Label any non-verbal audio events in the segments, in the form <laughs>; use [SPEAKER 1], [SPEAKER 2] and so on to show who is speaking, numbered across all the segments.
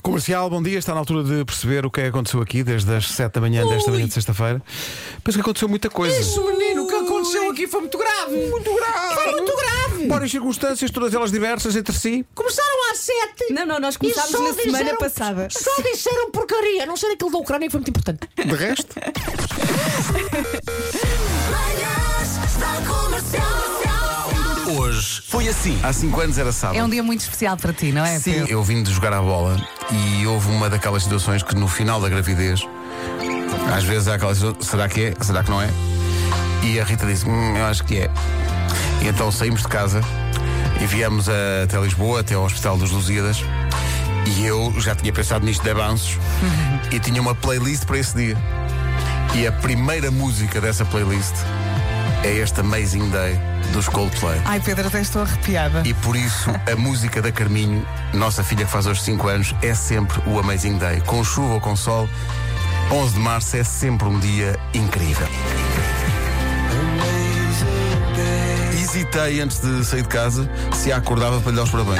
[SPEAKER 1] Comercial, bom dia. Está na altura de perceber o que é que aconteceu aqui desde as 7 da manhã desta manhã de sexta-feira. Penso que aconteceu muita coisa.
[SPEAKER 2] menino, o que aconteceu aqui foi muito grave.
[SPEAKER 1] Muito grave!
[SPEAKER 2] Foi muito grave.
[SPEAKER 1] Várias circunstâncias, todas elas diversas entre si.
[SPEAKER 2] Começaram às sete.
[SPEAKER 3] Não, não, nós
[SPEAKER 2] e
[SPEAKER 3] começámos
[SPEAKER 2] só
[SPEAKER 3] na semana
[SPEAKER 2] disseram-
[SPEAKER 3] passada.
[SPEAKER 2] Só disseram porcaria, a não ser aquilo da Ucrânia que foi muito importante.
[SPEAKER 1] De resto.
[SPEAKER 4] Manhãs da Comercial.
[SPEAKER 5] Hoje foi assim.
[SPEAKER 1] Há 5 anos era sábado.
[SPEAKER 6] É um dia muito especial para ti, não é?
[SPEAKER 1] Sim,
[SPEAKER 6] Pedro?
[SPEAKER 1] eu vim de jogar à bola e houve uma daquelas situações que no final da gravidez, às vezes há aquela situação, será que é? Será que não é? E a Rita disse, hum, eu acho que é. E então saímos de casa e viemos a- até Lisboa, até ao Hospital dos Lusíadas, e eu já tinha pensado nisto
[SPEAKER 6] <laughs>
[SPEAKER 1] de avanços e tinha uma playlist para esse dia. E a primeira música dessa playlist é este Amazing Day dos Coldplay.
[SPEAKER 6] Ai, Pedro, até estou arrepiada.
[SPEAKER 1] E por isso a música da Carminho, nossa filha que faz hoje 5 anos, é sempre o Amazing Day. Com chuva ou com sol, 11 de março é sempre um dia incrível. Hesitei antes de sair de casa se a acordava para lhe dar os parabéns.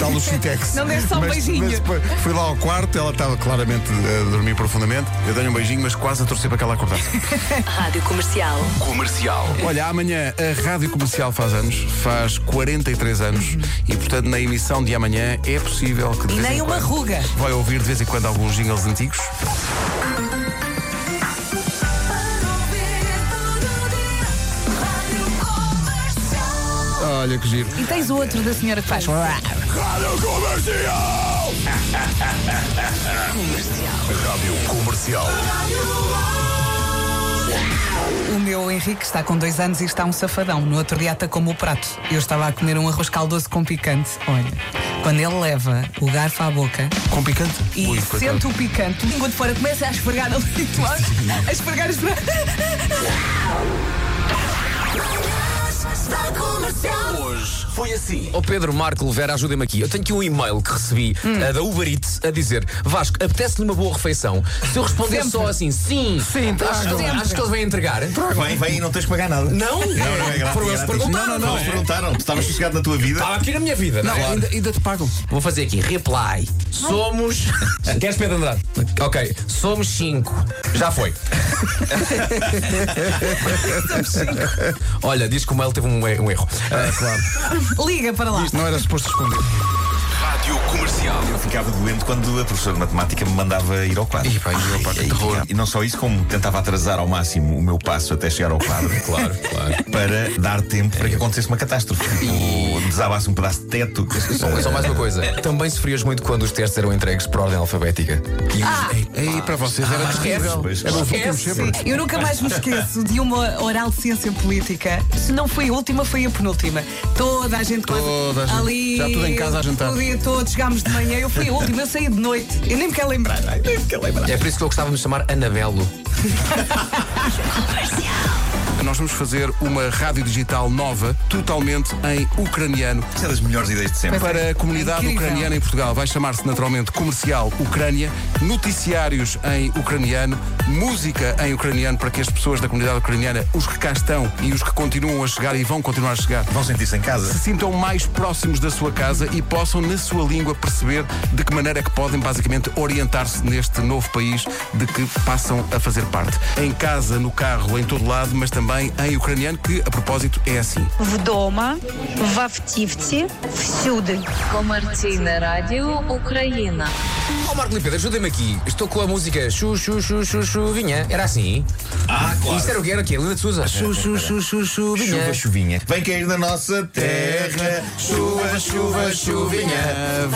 [SPEAKER 1] Tal no Chitex.
[SPEAKER 6] Ah. <laughs> Não deste só um
[SPEAKER 1] Mas-
[SPEAKER 6] beijinho.
[SPEAKER 1] mas depois fui lá ao quarto, ela estava claramente eh, a dormir profundamente. Eu dei um beijinho, mas quase a torcer para que ela acordasse.
[SPEAKER 7] Rádio Comercial.
[SPEAKER 5] Comercial.
[SPEAKER 1] Olha, amanhã a Rádio Comercial faz anos, faz 43 anos e, portanto, na emissão de amanhã é possível que. de vez
[SPEAKER 6] Nem um
[SPEAKER 1] em
[SPEAKER 6] uma
[SPEAKER 1] quando
[SPEAKER 6] ruga.
[SPEAKER 1] Vai ouvir de vez em quando alguns jingles antigos.
[SPEAKER 4] Rádio Comercial.
[SPEAKER 1] Olha que giro.
[SPEAKER 6] E tens o outro da senhora que faz. O meu Henrique está com dois anos e está um safadão. No outro dia atacou como o prato. Eu estava a comer um arroz caldoso com picante. Olha, quando ele leva o garfo à boca
[SPEAKER 1] Com picante?
[SPEAKER 6] e
[SPEAKER 1] Ui, coitado.
[SPEAKER 6] sente o picante, enquanto fora começa a esfregar ali, tu a- a esfregar, a esfregar.
[SPEAKER 4] Manhãs da Comercial.
[SPEAKER 5] Hoje foi assim. Ó Pedro, Marco, Vera, ajudem-me aqui. Eu tenho aqui um e-mail que recebi eh, da Uber Eats a dizer: Vasco, apetece-lhe uma boa refeição. Se eu responder só assim, sim, sim acho, que- acho que eles vêm entregar.
[SPEAKER 8] Vem, vem e não tens que pagar nada.
[SPEAKER 5] Não?
[SPEAKER 8] Não, não é grátis.
[SPEAKER 5] Foram eles que
[SPEAKER 8] é grátis.
[SPEAKER 5] perguntaram,
[SPEAKER 8] não, não, não.
[SPEAKER 5] não é?
[SPEAKER 8] Eles perguntaram. Tu estavas sossegado na tua vida.
[SPEAKER 5] Estava aqui na minha vida.
[SPEAKER 1] Não,
[SPEAKER 5] Claro.
[SPEAKER 1] ainda, ainda te pagam.
[SPEAKER 5] Vou fazer aqui, reply. Somos. Queres Pedro Andrade? Ok, somos 5. Já foi. Olha, diz que o mail teve um, e- um erro. Ah,
[SPEAKER 6] <laughs> Liga para lá.
[SPEAKER 1] Não era suposto responder.
[SPEAKER 8] Eu ficava doente quando a professora de matemática me mandava ir ao quadro.
[SPEAKER 1] Ih, pá, ir ao quadro,
[SPEAKER 8] Ai,
[SPEAKER 1] que terror.
[SPEAKER 8] E não só isso, como tentava atrasar ao máximo o meu passo até chegar
[SPEAKER 1] <laughs>
[SPEAKER 8] ao quadro. claro, claro. Para dar tempo
[SPEAKER 1] É.
[SPEAKER 8] para que acontecesse uma catástrofe. Tipo, desabasse um pedaço de teto.
[SPEAKER 5] Só, só
[SPEAKER 1] um.
[SPEAKER 8] <laughs>
[SPEAKER 5] mais uma coisa. Também sofrias muito quando os testes eram entregues por ordem alfabética. E os-
[SPEAKER 1] Aí para vocês era terrível.
[SPEAKER 8] Pois,
[SPEAKER 1] Era os últimos
[SPEAKER 5] Esquece.
[SPEAKER 1] sempre.
[SPEAKER 6] Eu nunca mais me esqueço de uma oral de ciência política. Se não foi a última, foi a penúltima. Toda a gente, com-
[SPEAKER 1] Toda a gente.
[SPEAKER 6] ali.
[SPEAKER 1] Já tudo em casa a jantar.
[SPEAKER 6] O dia todo, chegámos de manhã. Eu fui a última, eu saí de noite. Eu nem me quero
[SPEAKER 1] <laughs>
[SPEAKER 6] lembrar. ai, Nem me quero lembrar.
[SPEAKER 5] É por isso que eu gostava de me chamar Anabelo.
[SPEAKER 1] Nós vamos fazer uma rádio digital nova, totalmente em ucraniano,
[SPEAKER 8] Isso é das melhores ideias de sempre.
[SPEAKER 1] para a comunidade
[SPEAKER 6] Incrível.
[SPEAKER 1] ucraniana em Portugal. Vai chamar-se naturalmente Comercial Ucrânia, noticiários em ucraniano, música em ucraniano para que as pessoas da comunidade ucraniana, os que cá estão e os que continuam a chegar e vão continuar a chegar,
[SPEAKER 8] Vão sentir-se em casa.
[SPEAKER 1] se sintam mais próximos da sua casa e possam, na sua língua, perceber de que maneira é que podem, basicamente, orientar-se neste novo país de que passam a fazer parte. Em casa, no carro, em todo lado, mas também em ucraniano, que, a propósito, é assim.
[SPEAKER 9] вдома, в автівці, всюди.
[SPEAKER 7] Комерційне радіо Україна.
[SPEAKER 5] Ó Oh, Marco Limpedro, ajudem-me aqui. Estou com a música Chu Chu Chu Chu Chuvinha. Era assim?
[SPEAKER 8] Ah,
[SPEAKER 5] Isto era o que era o quê? Linda de Souza. Chu Chu Chu Chu Chuvinha.
[SPEAKER 8] Chuva, chuvinha. Vem cair na nossa terra. Chuva, chuva, chuvinha.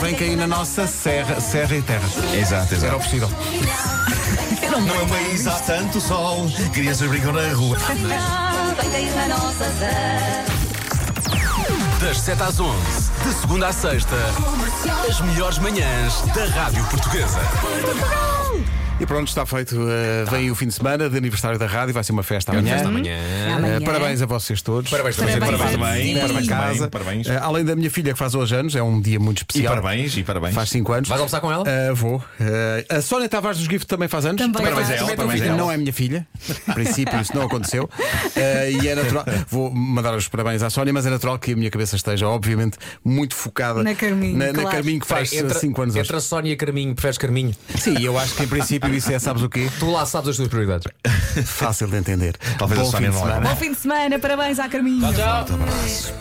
[SPEAKER 1] vem cair na nossa serra, serra e terra.
[SPEAKER 8] Exato,
[SPEAKER 1] Era
[SPEAKER 8] exato.
[SPEAKER 1] o possível.
[SPEAKER 8] Não é um país, há tanto sol. Crianças brincam na rua.
[SPEAKER 5] Das 7 às 11, de segunda à sexta, as melhores manhãs da Rádio Portuguesa.
[SPEAKER 1] E pronto, está feito. Uh, vem o fim de semana de aniversário da rádio, vai ser uma festa amanhã.
[SPEAKER 5] Amanhã.
[SPEAKER 1] Uh, parabéns a vocês todos.
[SPEAKER 5] Parabéns também.
[SPEAKER 6] Parabéns.
[SPEAKER 5] Parabéns.
[SPEAKER 8] Parabéns,
[SPEAKER 6] Sim.
[SPEAKER 8] parabéns,
[SPEAKER 1] Casa.
[SPEAKER 8] também, parabéns.
[SPEAKER 1] Uh, além da minha filha que faz hoje anos, é um dia muito
[SPEAKER 8] E
[SPEAKER 1] especial.
[SPEAKER 8] parabéns, e parabéns.
[SPEAKER 1] Faz 5 anos.
[SPEAKER 5] Vais almoçar com ela?
[SPEAKER 1] Uh, vou. Uh, a Sónia Tavares dos Gift também faz anos.
[SPEAKER 6] Também
[SPEAKER 8] Parabéns a
[SPEAKER 6] faz.
[SPEAKER 8] ela, parabéns a
[SPEAKER 1] Ainda
[SPEAKER 8] ela.
[SPEAKER 1] Não é minha filha, a princípio isso não aconteceu. Ah, Uh, e é natural. Vou mandar os parabéns à Sónia, mas é natural que a minha cabeça esteja, obviamente, muito focada
[SPEAKER 6] Na Carminho,
[SPEAKER 1] na, na
[SPEAKER 6] claro.
[SPEAKER 1] Carminho que faz
[SPEAKER 5] Espera, entra-
[SPEAKER 1] 5 anos hoje.
[SPEAKER 5] Entre a Sónia e a Carminho, preferes Carminho?
[SPEAKER 1] Sim, eu acho que em princípio isso é, sabes o quê?
[SPEAKER 5] Tu lá sabes as tuas prioridades.
[SPEAKER 1] Fácil de entender.
[SPEAKER 8] Talvez a
[SPEAKER 1] Bom fim
[SPEAKER 8] Sónia
[SPEAKER 1] de
[SPEAKER 8] não
[SPEAKER 1] semana.
[SPEAKER 8] era.
[SPEAKER 6] Bom fim de semana, parabéns à Carminho.
[SPEAKER 5] Tchau.